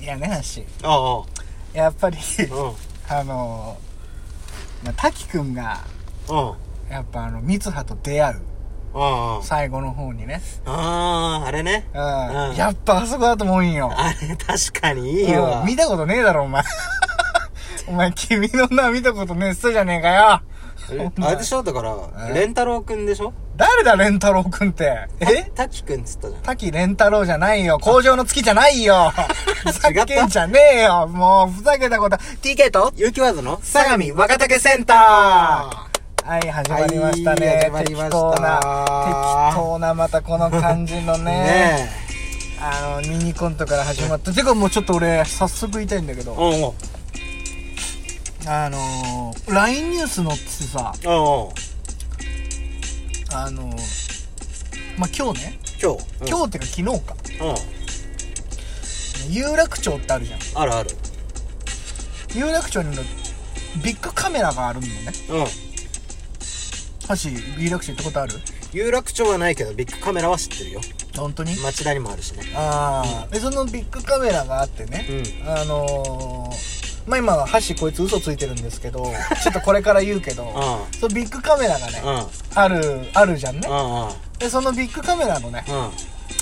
いやね橋あやっぱり あうんあのまあ滝くんがうんやっぱあの三葉と出会うあ最後の方にねあーあれねうんうんやっぱあそこだと思うんよあれ確かにいいうんわ見たことねえだろお前 お前君の名見たことねえ人じゃねえかよえあれでしょだからえレンタロウくんでしょ誰だ蓮太郎くんってえタキくんっつったじゃん滝蓮太郎じゃないよ工場の月じゃない よふざけんじゃねえよもうふざけたこと TK と有機ワードの相模若竹センターはい、始まりましたはいね。始まりま適した当な、適当なまたこの感じのね、ねえあの、ミニコントから始まった。てかもうちょっと俺、早速言いたいんだけど、おうんうんあのー、LINE ニュース載っててさ、おうんあのー、まあ、今日ね、今日今日ってか昨日か、日うん有楽町ってあるじゃん。あるある有楽町にもビッグカメラがあるのね。うん橋、有楽町行ったことある有楽町はないけどビッグカメラは知ってるよ本当に町田にもあるしねああ、で、そのビッグカメラがあってね、うあのー、まあ今は箸こいつ嘘ついてるんですけどちょっとこれから言うけどあそのビッグカメラがねああるあるじゃんねうんうんでそのビッグカメラのね、うん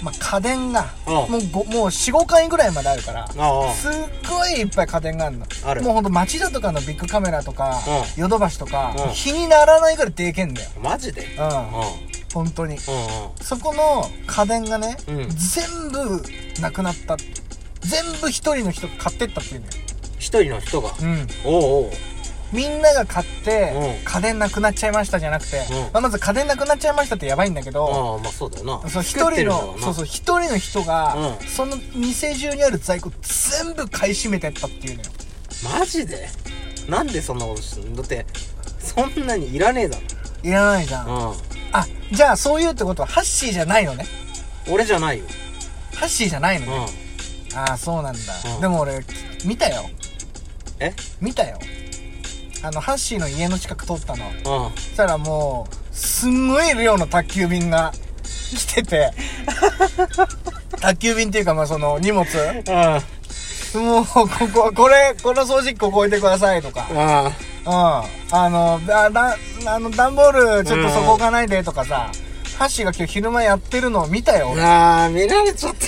まあ、家電がうんもうごもう45回ぐらいまであるからああすっごいいっぱい家電があるのあるもうほんと町田とかのビッグカメラとかうヨドバシとかうん気にならないぐらいでけんだよマジでうんうん本当にうんうんそこの家電がね、うん全部なくなった全部一人の人が買ってったっていうんだよ一人の人がうんおうおうみんなが買って、うん家電なくなっちゃいましたじゃなくて、うんまあ、まず家電なくなっちゃいましたってやばいんだけど、ああまあそうだよなそう一作って人るんだのろ、そうそうう、一人の人が、うんその店中にある在庫全部買い占めてったっていうのよ。なマジでなんでそんなことしてんのだってそんなにいらねえだいらないじゃん。ろうんあ、じゃあそういうってことは、ハッシーじゃないのね。俺じゃないよハッシーじゃないのうんね。ああ、そうなんだ。うんでも俺、見たよ。え見たよ。あの、ハッシーの家の近く通ったの。うんそしたらもう、すんごい量の宅急便が 来てて、宅急便っていうか、まあその荷物、あもう、ここ、これ、この掃除機ここ置いてくださいとか、あうん。あの、だ、だ、あの、段ボール、ちょっとそこ置かないでとかさ、ハッシーが今日昼間やってるのを見たよ。ああ見られちゃった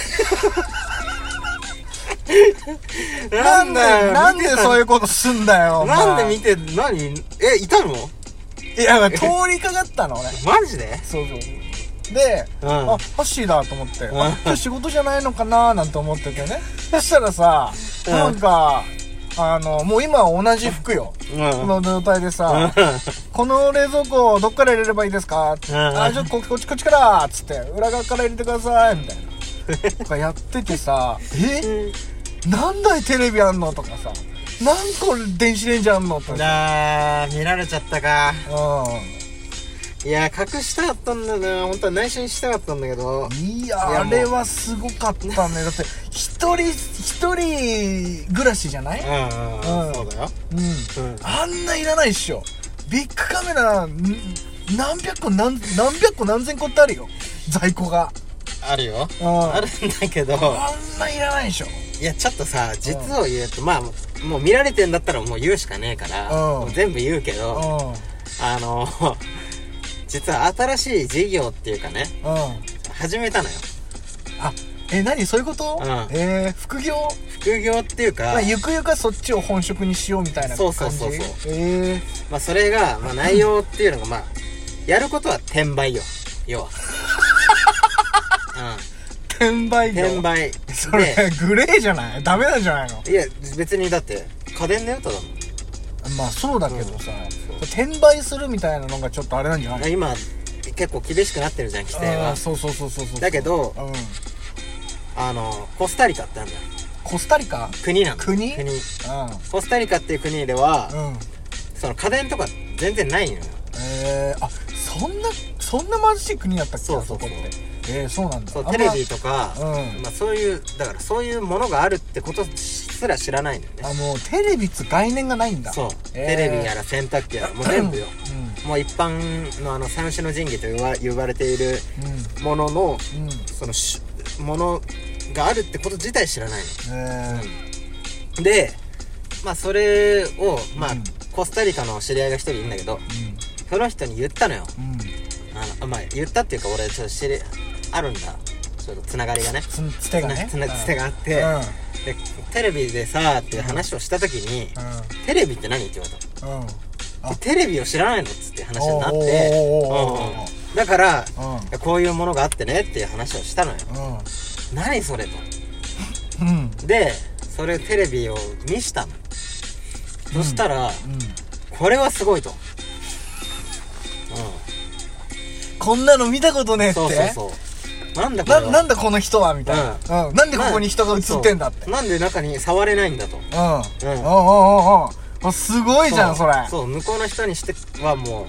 なんで、なんでそういううことすんだよ。なんでお前見て何えいたのいや、通りかかったの、俺。マジでそうそう。で、うんあ、ハッシーだと思って、あうん今日仕事じゃないのかなーなんて思っててね。そしたらさ、うんなんか、あの、もう今は同じ服よ。うんこの状態でうんさ、この冷蔵庫どっから入れればいいですかって、うんあ、ちょっとここっちこっちからっつって、裏側から入れてくださいみたいな。とかやってて さ、え何台テレビあんのとかさ、何個電子レンジあんのとかさ。あー見られちゃったかういや隠したかったんだよな本当は内緒にしたかったんだけどん。いいや、やあれはすごかったね。だって、一人、一人暮らしじゃないうんうんそうだようん。うんあんないらないっしょ。ビッグカメラ、ん何百個何、何百個何千個ってあるよ。在庫が。あるようん。あるんだけどあんないらないでしょ。いやちょっとさ実を言うとまあもう見られてんだったらもう言うしかねえからうんもう全部言うけうどん。あの 実は新しい事業っていうかねうん。始めたのよあ、え、何そういうことうんえー、副業副業っていうかまあ、ゆくゆくはそっちを本職にしようみたいな感じ。そうそうそうそうえまあそれがまあ内容っていうのがまあやることは転売よ要 はうんー、転売業。転売それ、グレーじゃないダメなんじゃないのでいや別にだって家電だよただまあそうだけどさ、うん転売するみたいなのがちょっとあれなんじゃないの今結構厳しくなってるじゃん規定あはーそうそうそうそうそうだけどうん、あのコスタリカってあるじゃんコスタリカ国なの国国うコスタリカっていう国では、んうんその家電とか全然ないのよえー、あそんなそんな貧しい国だったっけそうそうそうあこってえー、そうなんだそうあんテまレビとか、うんまあ、そういうだからそういうものがあるってことすら知らないのよねあもうテレビっつう概念がないんだそう、えーテレビやら洗濯機やらもう全部ようんもう一般のあの三種の神器と言わ言われているもののうんうんそのしものがあるってこと自体知らないえのでまあそれをまあ、うんコスタリカの知り合いが一人いるんだけどその人に言ったのようんうんあのあまあ言ったっていうか俺ちょっと知りあるんだちょっとつながりがねつつてがねつなつてがあって、うんでテレビでさっていう話をした時に、テレビって何って言われたうんうんあのテレビを知らないのっつって話になっておーおーおーおーうんうんだからうんこういうものがあってねっていう話をしたのよ何それとうんうんでそれテレビを見したの、そしたらうんこれはすごいと、こんなの見たことねえうっん、てそうそうそうなんだこれなはなんだこの人はみたいな、うんなんでここに人が映ってんだって、そうなんで中に触れないんだとうん、うんうんうんうんうんあすごいじゃんそうれそう向こうの人にしてはもう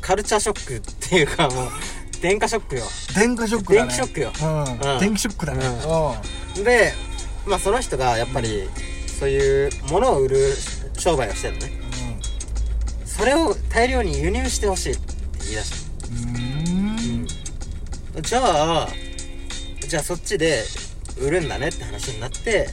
カルチャーショックっていうかもう 電化ショックよ電気ショックだね電気ショックようん、うん電気ショックだねううでまあその人がやっぱりそういうものを売る商売をしてるのねそれを大量に輸入してほしいって言い出しんうんうんたじゃあじゃあそっちで売るんだねって話になって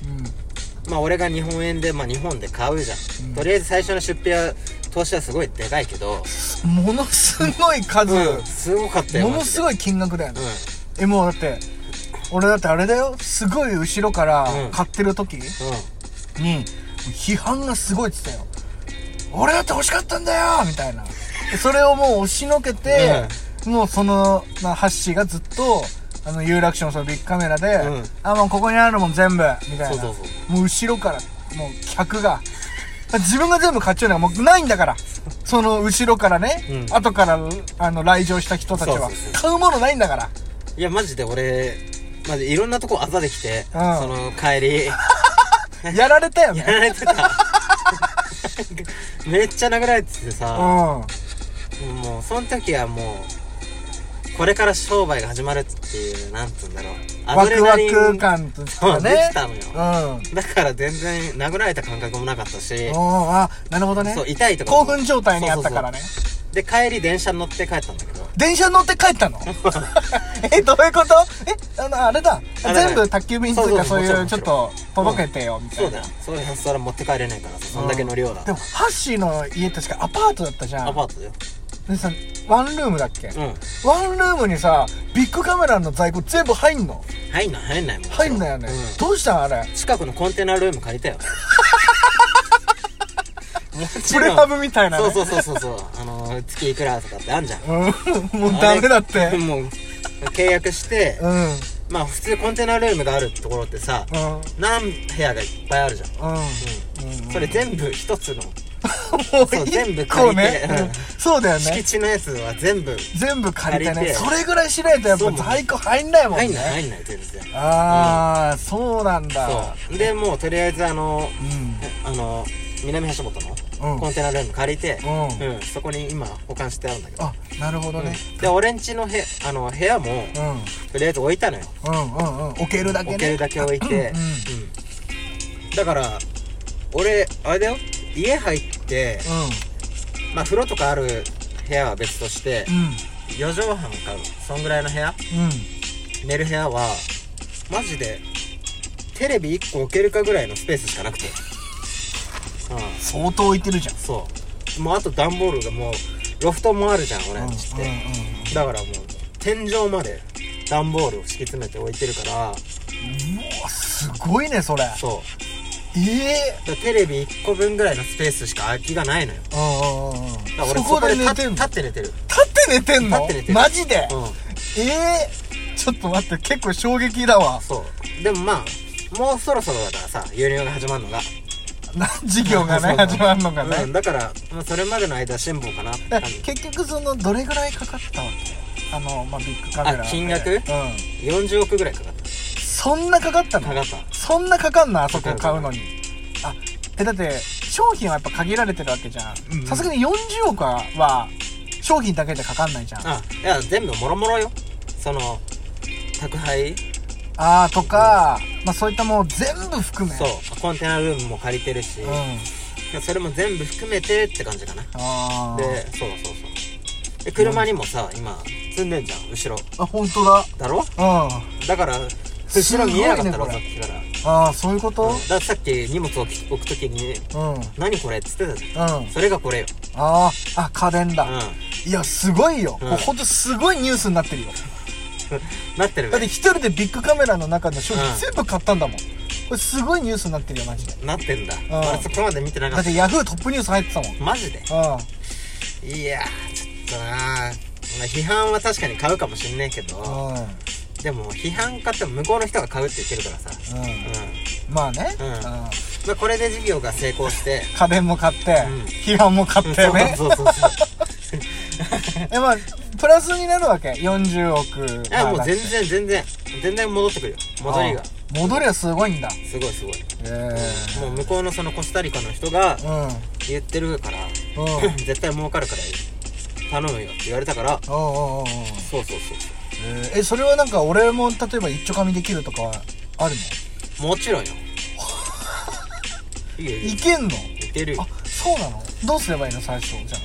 まあ俺が日本円でまあ日本で買うじゃん、うんとりあえず最初の出費は投資はすごいでかいけど、ものすごい数、うん、すごかったよものすいごい金額だようね、んえもうだって俺だってあれだよすごい後ろからうん買ってる時にう批判がすごいって言ってたよ俺だって欲しかったんだよみたいなそれをもう押しのけて、もうその、まあ、ハッシーがずっとあの有楽町のそのビッグカメラで、うんあもうここにあるもん全部みたいなそうそうもう後ろからもう客が自分が全部買っちゃうのがもうないんだからその後ろからね、うん後からあの来場した人たちはそうそうそう買うものないんだからんいやマジで俺マジいろんなとこあざできて、うんその帰り やられたよねやられてた めっちゃ殴られててうさ、んうんもうその時はもうこれから商売が始まるっていうなんつうんだろうワクワクが感とかそうでねきたのようんうんだから全然殴られた感覚もなかったし、あなるほどねそう痛いとか興も奮状態にあったからねそうそうそうで帰り電車に乗って帰ったんだけど電車乗って帰 ったのえどういうことえあのあれだあれだ全部宅急便というかそそううそういうもちちろょんっと届けてよみたそういだなよそういうそれ持って帰れないからさそんだけ乗りようだでもハッシーの家確かアパートだったじゃアんパートだよでさワンルームだっけうんワンルームにさビッグカメラの在庫全部入んの入んない入んないもん入んだよねうんどうしたんあれ近くのコンテナルーム借 りたよもちプレろんハブみたいなねそうそうそうそうそうあのー月いくらとかってあんじゃんうんもうダメだっあれてもう契約してうんうんまあ普通コンテナルームがあるところってさ何部屋がいっぱいあるじゃんうんそれ全部一つのもうそう全部一借個りてねうんうんそうだよ敷ね地のやつは全部全部借りて借りねてそれぐらいしないとやっそぱうもん在庫入んないもん入んねない入んない全然ああそうなんだそうでもうとりあえずあのうんあの南橋本うんのコンテナルーム借りてうんうんそこに今保管してあるんだけどあなるほどねで俺んちのへあの部屋もうんうんとりあえず置いたのようんうん置けるだけ置けるねだけ置いて、うんうんだから俺あれだよ家入って、まあ風呂とかある部屋は別としてうんうん4畳半かそんぐらいの部屋うん寝る部屋はマジでテレビ1個置けるかぐらいのスペースしかなくてうん相当置いてるじゃんそうもうあと段ボールがもうロフトもあるじゃん俺んちって、うだからもう天井まで段ボールを敷き詰めて置いてるからんうんうんうわすごいねそれそえうえだからテレビ1個分ぐらいのスペースしか空きがないのようんうんうんうんだからそ俺こで立寝てんの立って寝てる立って寝てんの立って寝てるマジで、うんええちょっと待って結構衝撃だわ そうでもまあもうそろそろだからさ有料が始まるのが、な授業がね そうそ始うまるのがうん、ね、だから、まあ、それまでの間辛抱かなってえ感じ結局そのどれぐらいかかったわけあの、まあ、ビッグカメラあ金額うん40億ぐらいかかったそんなかかったのかかったそんなかかんのあそこ買うのにあえだって商品はやっぱ限られてるわけじゃうんうんんさすがに40億はは商品だけでかかんないじゃんああいや全部もろもろよその宅配あーとか、まあ、そういったもう全部含めそうコンテナルームも借りてるし、うんそれも全部含めてって感じかなあーでそうそうそうで車にもさ今積んでんじゃん後ろあ本当だだろうんだから後ろ見えなかったろ、すごさっいねきから、うんああそういうことだからさっき荷物を置くときにうんうん「何これ?」っつってたじゃんあそれがこれよああ家電だ、ういやすごいよ、うんこれほんとすごいニュースになってるよんなってるだってね一人でビッグカメラの中の商う品ん全部買ったんだもんこれすごいニュースになってるよマジでなってんだ俺そこまで見てなかだっってヤフートップニュース入ってたもんたマジでうんいやーちょっとなまあ批判は確かに買うかもしんねえけどうんでも批判買っても向こうの人が買うって言ってるからさうんうまあね、ううんんんまあこれで事業が成功して家電も買って、ん批判も買って ねそうそうそうそうえまあプラスになるわけ40億いやもうまあ全然全然全然戻ってくるよ戻りがああ戻りはすごいんだすごいすごいえもう向こうのそのコスタリカの人がえうん言ってるからうん 絶対儲かるから頼むよって言われたからおうおうおうおうそうそうそえーえそれはなんか俺も例えば一丁紙できるとかはあるうもちろんよ いいよいのいよいけんのいけるあよそうなのどうすればいいの最初じゃ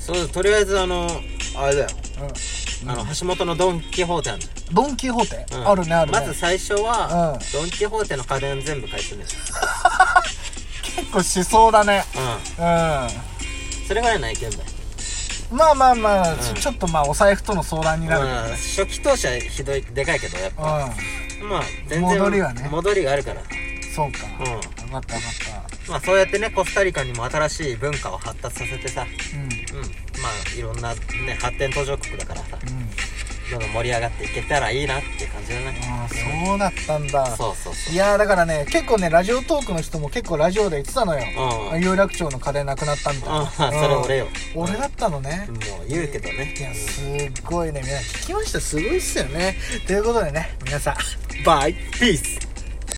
そうとりあえずあのあれだよあ、うん、あの橋本のドン・キホーテあるじドン・キホーテ、ゃんうんあるねあるねまず最初はドン・キホーテの家電全部買い占める結構しそうだねううんまんそれぐらいないけんだよあまあまあ、んちちょっとまあお財布との相談にうなるけん初期投資はひどいでかいけどやっどぱうまあ全然戻りはね戻りがあるからんそうか、うんよかったよかっまあそうやってねコスタリカにも新しい文化を発達させてさたうんうんまあいろんなね発展途上国だからさうんどんどん盛り上がっていけたらいいなって感じだねああそうだったんだそうそうそういやーだからね結構ねラジオトークの人も結構ラジオで言ってたのようん有楽町の家電なくなったみたいあなあそれ俺ようん俺だったのねもう言うけどねいやすっごいね皆さん聞きましたすごいっすよねということでね皆さんバイピース